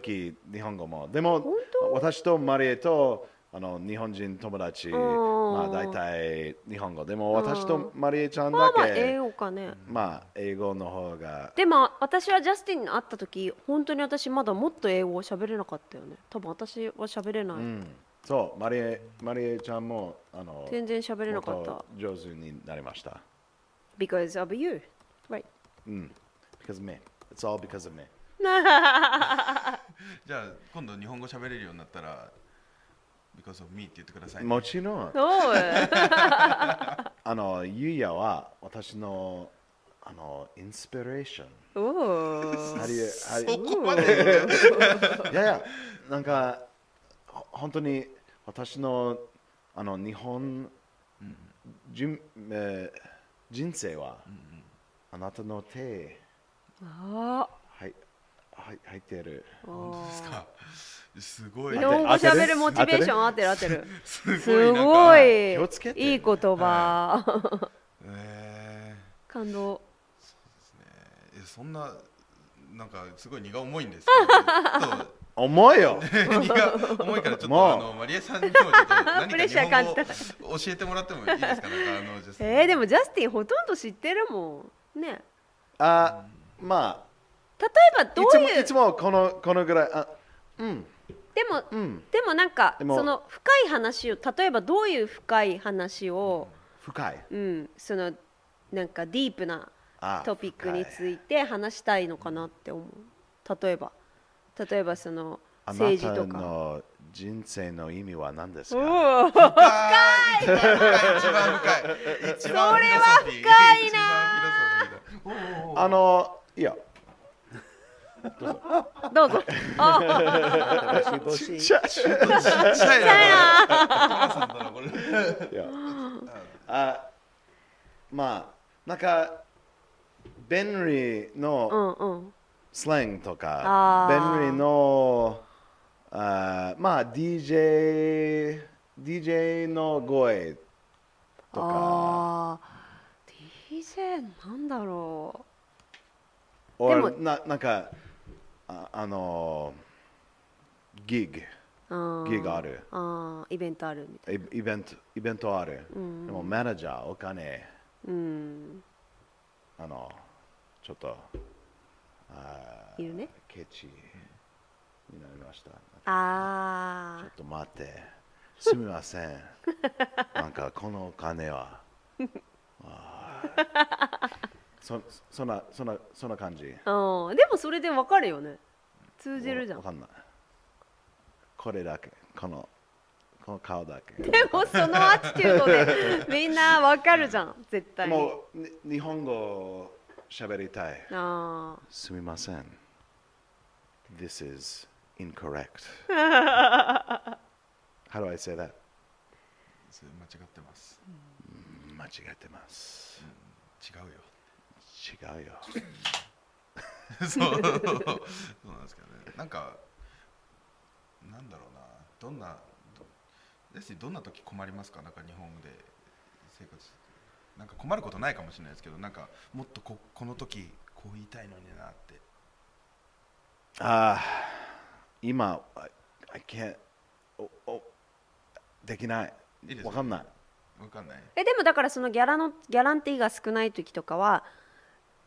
日本語も。でも本、当私とマリエとあの日本人友達、うんまあ、大体日本語。でも、うん私とマリエちゃんまあだまあ英け、語かねまあ、英語の方が。でも私はジャスティンに会った時本当に私まだもっと英語を喋れなかったよね多分私は喋れない、うん、そう、マリエマリエちゃんもあの全然喋れなかっもたと上手になりました。 because of you right うん。Because of me. It's all because of me. じゃあ今度日本語喋れるようになったら「because of me」って言ってくださいね、もちろん。 おいあの、ゆいやは私のあのインスピレーション。おい How do you, how そ do こまで you- いやいや、なんか、ほ本当に私のあの日本人,、えー人生は、あなたの手あはいはい入ってる。本当ですかすごい日でも本語喋るモチベーション合ってる合ってる すすなんごかい気をつけていい言葉え感動ーいやそんななんかすごい荷が重いんですけ どそう重いよ荷が重いからちょっもうとあのマリエさんにもちょっと何プかレッシャー日感本じ語たを教えてもらってもいいですかなんかあのジャスティンえー、でもジャスティンほとんど知ってるもんねあま例えばあどいつうもいういつもこのこのぐらいあうんでも、うんでもなんかでもその深い話を例えばどういう深い話を、深いうんそのなんかディープなあトピックに深いついて話したいのかなって思う例えば例えばそのあな政治たとかの人生の意味は何ですおかおー深い一番深い一番深いそれ一番フィロソそれは深いなフィーだおうおうおうあのいやど うぞあ星々ちゃちゃちっちゃいなトラさんだな これいやあまあなんか便利うのんうんスラングとあか、ー便利のあまあ DJ DJ の声とかあー DJ なんだろ or でもななんかああのギグう、うん、ギグあるあーイベントあるみたいイイベントイベントある、んでもマネージャーお金なうんあのちょっとあーいるねケチになりましたあちょーっと待ってすみません なんかこのお金はあーそそんなそんなそんな感じうんでもそれでわかるよね通じるじゃんわでかんないこれだけこのこの顔だけもそのアティチュードでみんなわかるじゃん絶対にもうに日本語喋りたいあすみません。This is incorrect. How do I say that? それ間違ってます間違ってます。違うよ違うよ。 そうそうなんですけどねなんかなんだろうなどんなどですしどんな時困りますかなんか日本で生活してなんか困ることないかもしれないですけどなんかもっとここの時こう言いたいのになってあー今、I, I can't おおできないいいです。かわかんない。わかんないえでもだからそのギャラのギャランティーが少ない時とかは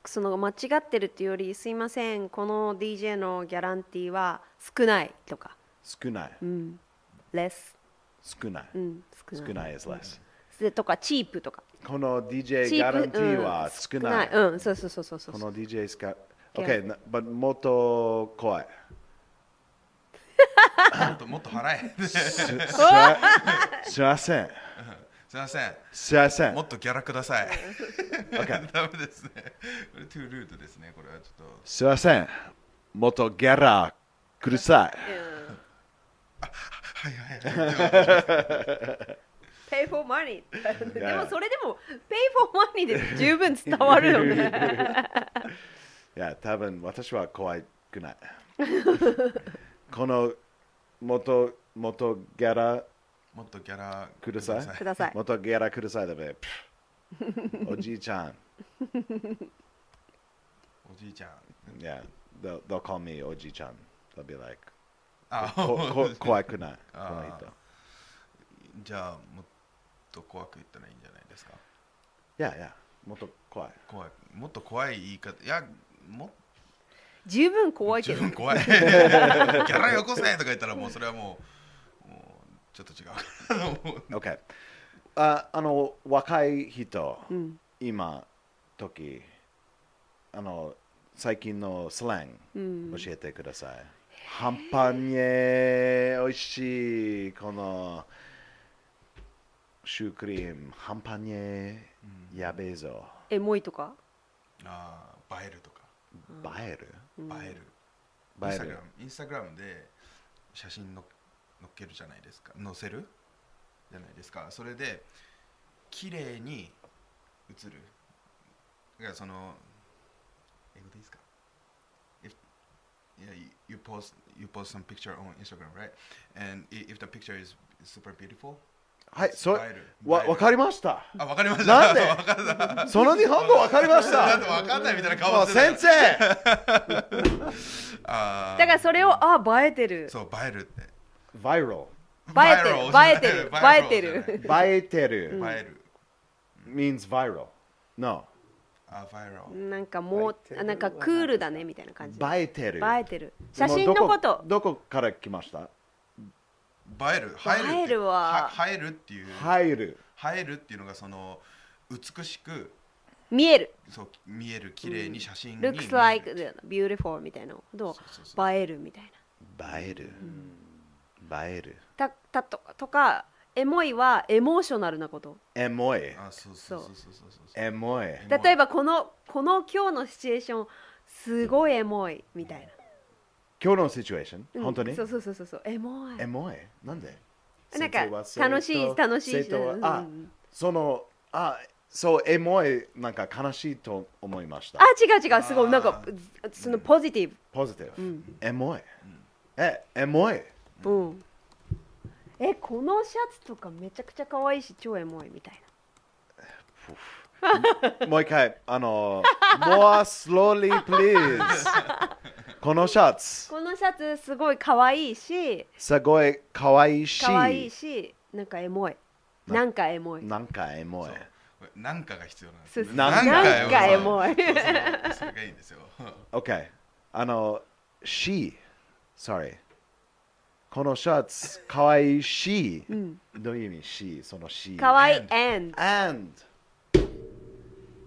その間違ってるっていうよりすいませんこの DJ のギャランティーは少ないとか少ない。うんレス少ない。うん少な少いない is less。でとかチープとかこの DJ チギャラーンテプィーうんは少ない。うんそうそうそうそうそうこの DJ スカ。 Yeah. OK、な but もっと怖い。もっともっと払え すすわすいません。すいませんすいませんも。っとギャラください OK ダメですねこれトゥールートですねこれはちょっとすいません。もっとギャラください。はいはいはい Pay for money でもそれでも Pay for money で十分伝わるよね いや、多分私は怖くない。この元元ギャラもっとギャラください。ください元ギャラくださいだべ。おじいちゃん。おじいちゃん Yeah, they'll, they'll call me おじいちゃん。They'll be like, あここ怖くない。こあのー人。じゃあもっと怖く言ったらいいんじゃないですか Yeah, yeah. もっと怖い。怖いもっと怖い言い方いやも十分怖いけ十ど分怖い ギャラよこせとか言ったらもうそれはもうもうちょっと違う からもう OK。ああの、若い人、今、時、あの、最近のスラング、教えてください。ハンパニエ、美味しい、この、シュークリーム、ハンパニエ、やべえぞ。エモいとかああ映えるとか映える映える、イン映スえタグるラムインスタグラムで写真の載っけるじゃないですか載せるじゃないですかそれで綺麗に写るだからその英語でいいですか if, yeah, you- you, post, you post some picture on Instagram, right? And i- if the picture is super beautiful はい、そ映える映わえるわかりました。あ、わかりましなたんでわかったその日本語わかりましだ たって。わかんないみたいなも顔うしてた 先生、あーだからそれをあ映えてるそう、映えるってバイラ映えてる Viral 映えてるじゃない映ル。バイテル。える。 means viral. No. あ、バイラル。なんかもうなんかクールだねみたいな感じ映えてる。映えてる写真のでこもとどこどこから来まし映たえる。映えるって。映えるわは映えるっていう。入る。映えるっていうのがその美しく見えるそう見える綺麗に写真に見える。 looks like beautiful みたいなのどそうそうそう映えるみたいな映える。映える。たたととかエモいはエモーショナルなことエモい。あ、そうそうそうそうそうそう。エモい。モい例えばこのこの今日のシチュエーションすごいエモいみたいな、今日のシチュエーション、うん本当にそうそうそうそうそうエモいエモい。なんでなんか生徒は生徒楽しい楽しい生徒はうんあ、その、あ、そう、エモい、なんか悲しいと思いましたあ。違う違うすごいなんかそのポジティブポジティブ。エモい。え、エモい。うん、えこのシャツとかめちゃくちゃ可愛いし超エモいみたいもう一回、あの、more slowly please。このシャツな、このシャツすごい可愛いしすごい可愛いし、可愛いしなんかエモいなんかエモいなんかエモい。これなんかが必要なんですそうよそね。うなんかなんかエモいそうそれがいいんですよ。 OK。あの、she、sorry。このシャツ、可愛いし、どういう意味 ?she、その she。可愛い and and。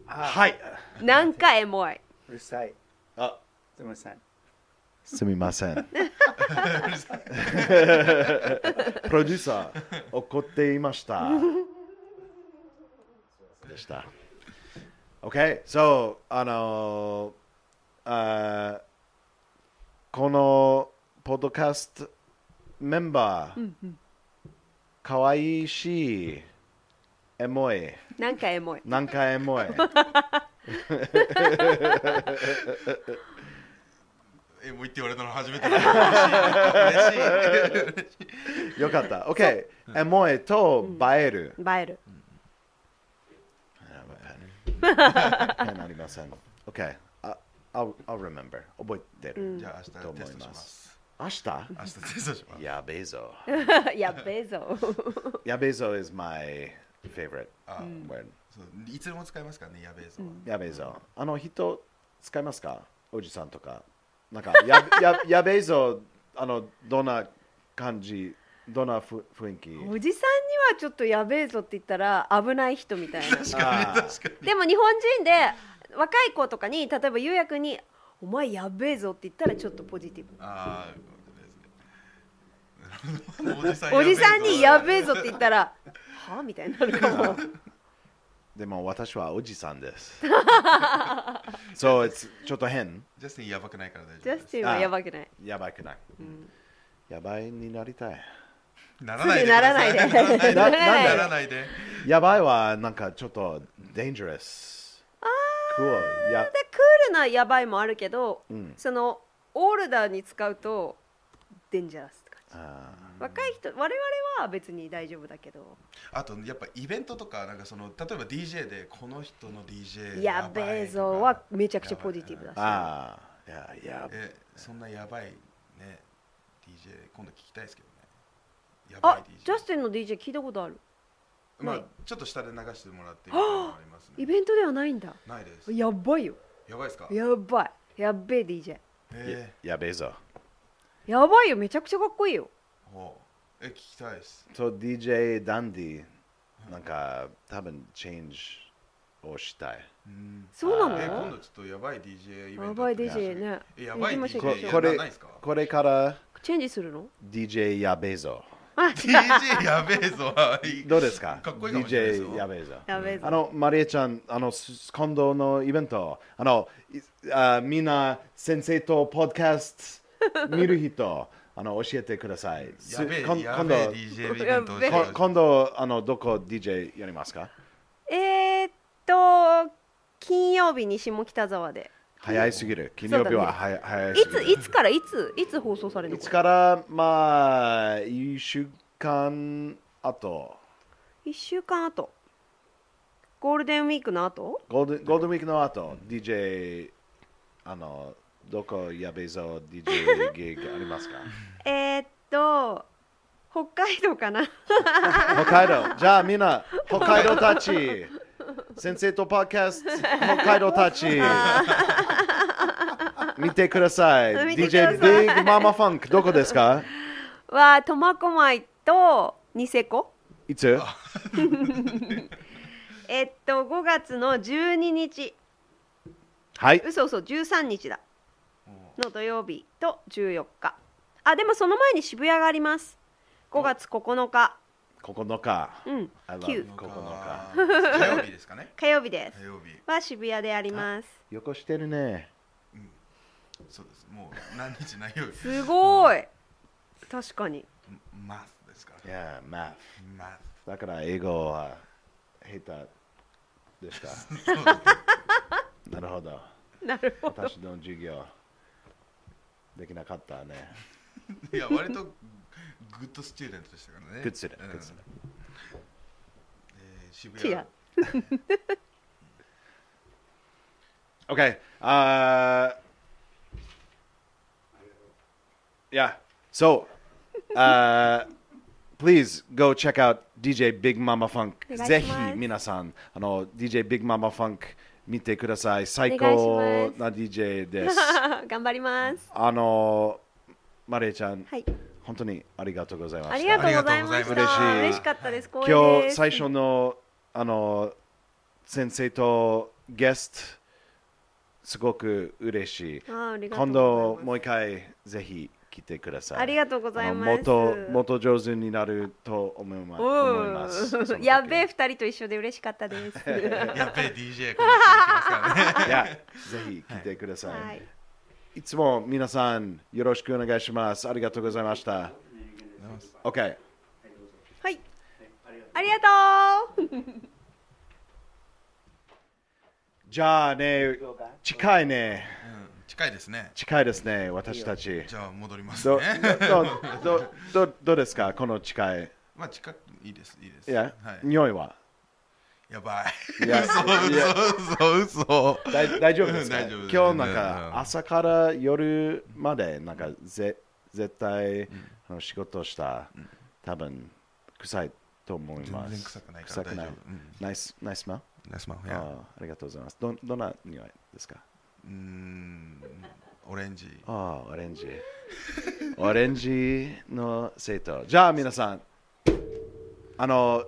はい。なんかエモいうるさい。あ、すみません。すみません。プロデューサー、怒っていました。でした。OK、so、あのーあーこのポッドキャストメンバー、可愛いし、エモい。なんかエモいなんかエモい。えもう言って言われたの初めてだ嬉しいよかった。OK。エモいと映える。映えるあペンペンありません。OK。あ I'll, I'll remember. 覚えてる。じゃあ明日テストします明日明日テストしますやべえぞ。やっべえぞやべえぞ is my favorite あ word. そういつでも使えますからねやべえぞ、やべえぞ。あの人使いますかおじさんとか。なんかやややべえぞ。あのどんな感じどんなふ雰囲気おじさんにはちょっとやべえぞって言ったら危ない人みたいなあー でも日本人で若い子とかに例えばゆうやくんに「お前やべえぞ」って言ったらちょっとポジティブああですねおじさおじさんに「やべええぞ」って言ったら「はあ?」みたいになるか もでも私はおじさんです。so it's ちょっと変。ジャスティンやばくないから大ジ丈ャ夫スでティンはやばくないやばくない。やばいになりたい。すならすぐなら ないで なななんならないでらないでやばいはなんかちょっと dangerous。cool。やでクールなやばいもあるけど、そのオールダーに使うとデンジャラスって感じあ若い人我々は別に大丈夫だけどあとやっぱイベントとかなんかその例えば DJ でこの人の DJ やべえぞはめちゃくちゃポジティブだーしあー。ややえそんなやばいね DJ 今度聞きたいですけどねやばい DJ あジャスティンの DJ 聞いたことあるまあちょっと下で流してもらってみたいなのもありますイねベントではないんだないですやばいよやばいですかやばいやっべえ DJ えやべえぞ。やばいよめちゃくちゃかっこいいよーほうえ聞きたいですそう DJ ダンディなんか多分 change をしたい。うんそうなえの今度ちょっとやばい DJ イベやントあばっいて DJ ねえやばい行きましょうこ行きいまやしょこうやれらないですかこれからチェンジするの DJ やべえぞ。 DJ やべえ ぞはいどうですかかっこいいかもしれないですよ ?DJ やべえぞ。やべえあぞの、マリエちゃん、あの、す今度のイベント、あの、いあみんな、先生とポッドキャスト見る人、 あの、教えてください。すやべえこんや今べえ度、 DJ イベントをしてやべほこしい今度、あの、どこ DJ やりますかえーっと金曜日に下北沢で早いすぎる。金曜日は、はや早いいすぎつる。いつからいついつ放送されるいのつから、まあ、一週間後、 1週間後ゴールデンウィークの後ゴールデンゴールデンウィークの後、DJ、あの、どこやべえぞ DJ ギグありますかえーっと北海道か な北海道じゃあみんな北海道たち先生とパーキャスト北海道たち見てください見てくだ DJ さいビッグママファンクどこですかは苫小牧とニセコいつえーっと5月の12日はい嘘嘘13日だの土曜日と14日あでもその前に渋谷があります5月9日9日うんあら9 9日火曜日ですかね火曜日です火曜日は渋谷でありますよこしてるねそうですもう何日何曜日すごーい確かにマスですからいやまあマスだから英語は下手でしたなるほどなるほど私の授業できなかったねいや、割とグッドスチューデントでしたからね。グッドスチューデントうんグッドスチューえー渋違谷う Okay. Uh, yeah. So, uh, please go check out DJ Big Mama Funk. お願いします。ぜひ皆さん、あの DJ Big Mama Funk 見てください。最お願い高しな DJ です。 頑張りますあの、マレーちゃん、はい本当にありがとうございました。ありがとうございましたありがとうございます嬉しかったです光栄今で日す最初のあの先生とゲストすごく嬉しいあーありがとう今ございます度もう一回ぜひ来てくださいありがとうございますあのもっともっと上手になると思いまお思いますそのー時やべえ二人と一緒で嬉しかったですやっべえ DJ この続きますからいね。やぜひ来てください、はいい、つも皆さんよろしくお願いしますありがとうございました OK はい、ありがとうじゃあね、近いね。近いですね近いですね、私たち。じゃあ戻りますどねどどどどうですか、この近い。まあ近くいいですいいですいや、はい、匂いはやばいいや嘘いや嘘嘘嘘大大丈夫ですか大丈夫です今日なんうんか朝から夜までなんかぜ絶対あの仕事した、多分臭いと思います全然臭くないから臭くない大丈夫うんナイスナイスマナイスマンあいやありがとうございますどどんな匂いですかうーんオレンジああオレンジオレンジの生徒じゃあ皆さんあの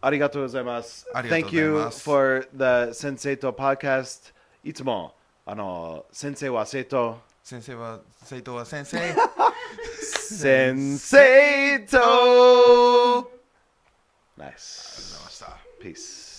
ありがとうございますありがとうございます Thank you for the 先生と podcast いつもあの先生は生徒先生は斉藤は先生先生とナイスした Peace